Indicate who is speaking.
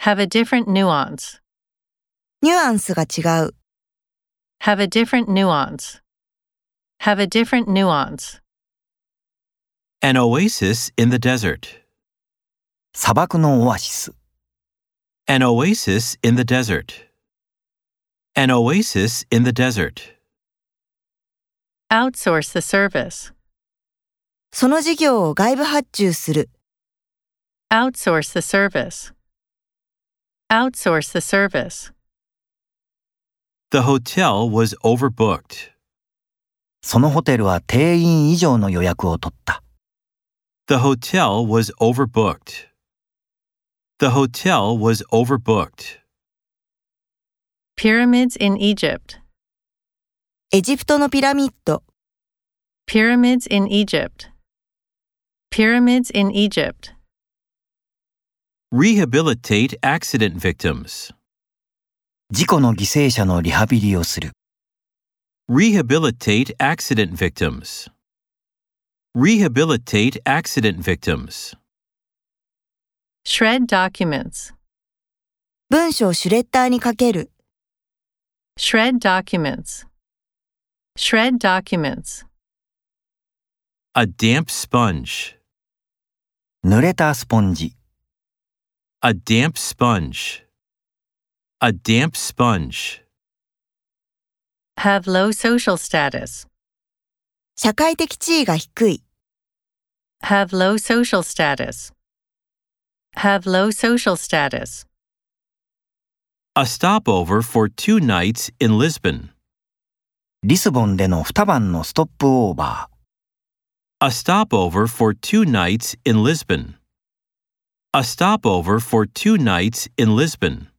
Speaker 1: have a different nuance,
Speaker 2: ニュアンスが違う、
Speaker 1: have a different nuance, have a different nuance,
Speaker 3: An oasis in the desert.
Speaker 4: 砂漠のオアシス。
Speaker 3: An oasis in the desert. An oasis in the desert.
Speaker 1: outsource the service,
Speaker 2: その事業を外部発注する、
Speaker 1: outsource the service, outsource the service,
Speaker 3: The hotel was overbooked.
Speaker 4: そのホテルは定員以上の予約を取った。
Speaker 3: The hotel was overbooked. The hotel was overbooked.
Speaker 1: pyramids in Egypt,
Speaker 2: エジプトのピラミッド、
Speaker 1: pyramids in Egypt, pyramids in Egypt,
Speaker 3: Rehabilitate accident victims.
Speaker 4: 事故の犠牲者のリハビリをする。
Speaker 3: Rehabilitate accident victims. Rehabilitate accident victims.
Speaker 1: shred documents,
Speaker 2: 文章をシュレッダーにかける、
Speaker 1: shred documents, shred documents,
Speaker 3: A damp sponge.
Speaker 4: 濡れたスポンジ。
Speaker 3: A damp sponge. A damp sponge.
Speaker 1: have low social status,
Speaker 2: 社会的地位が低い、
Speaker 1: have low social status, have low social status,
Speaker 3: A stopover for two nights in Lisbon.
Speaker 4: リスボンでの二晩のストップオーバ
Speaker 3: A stopover for two nights in Lisbon. A stopover for two nights in Lisbon.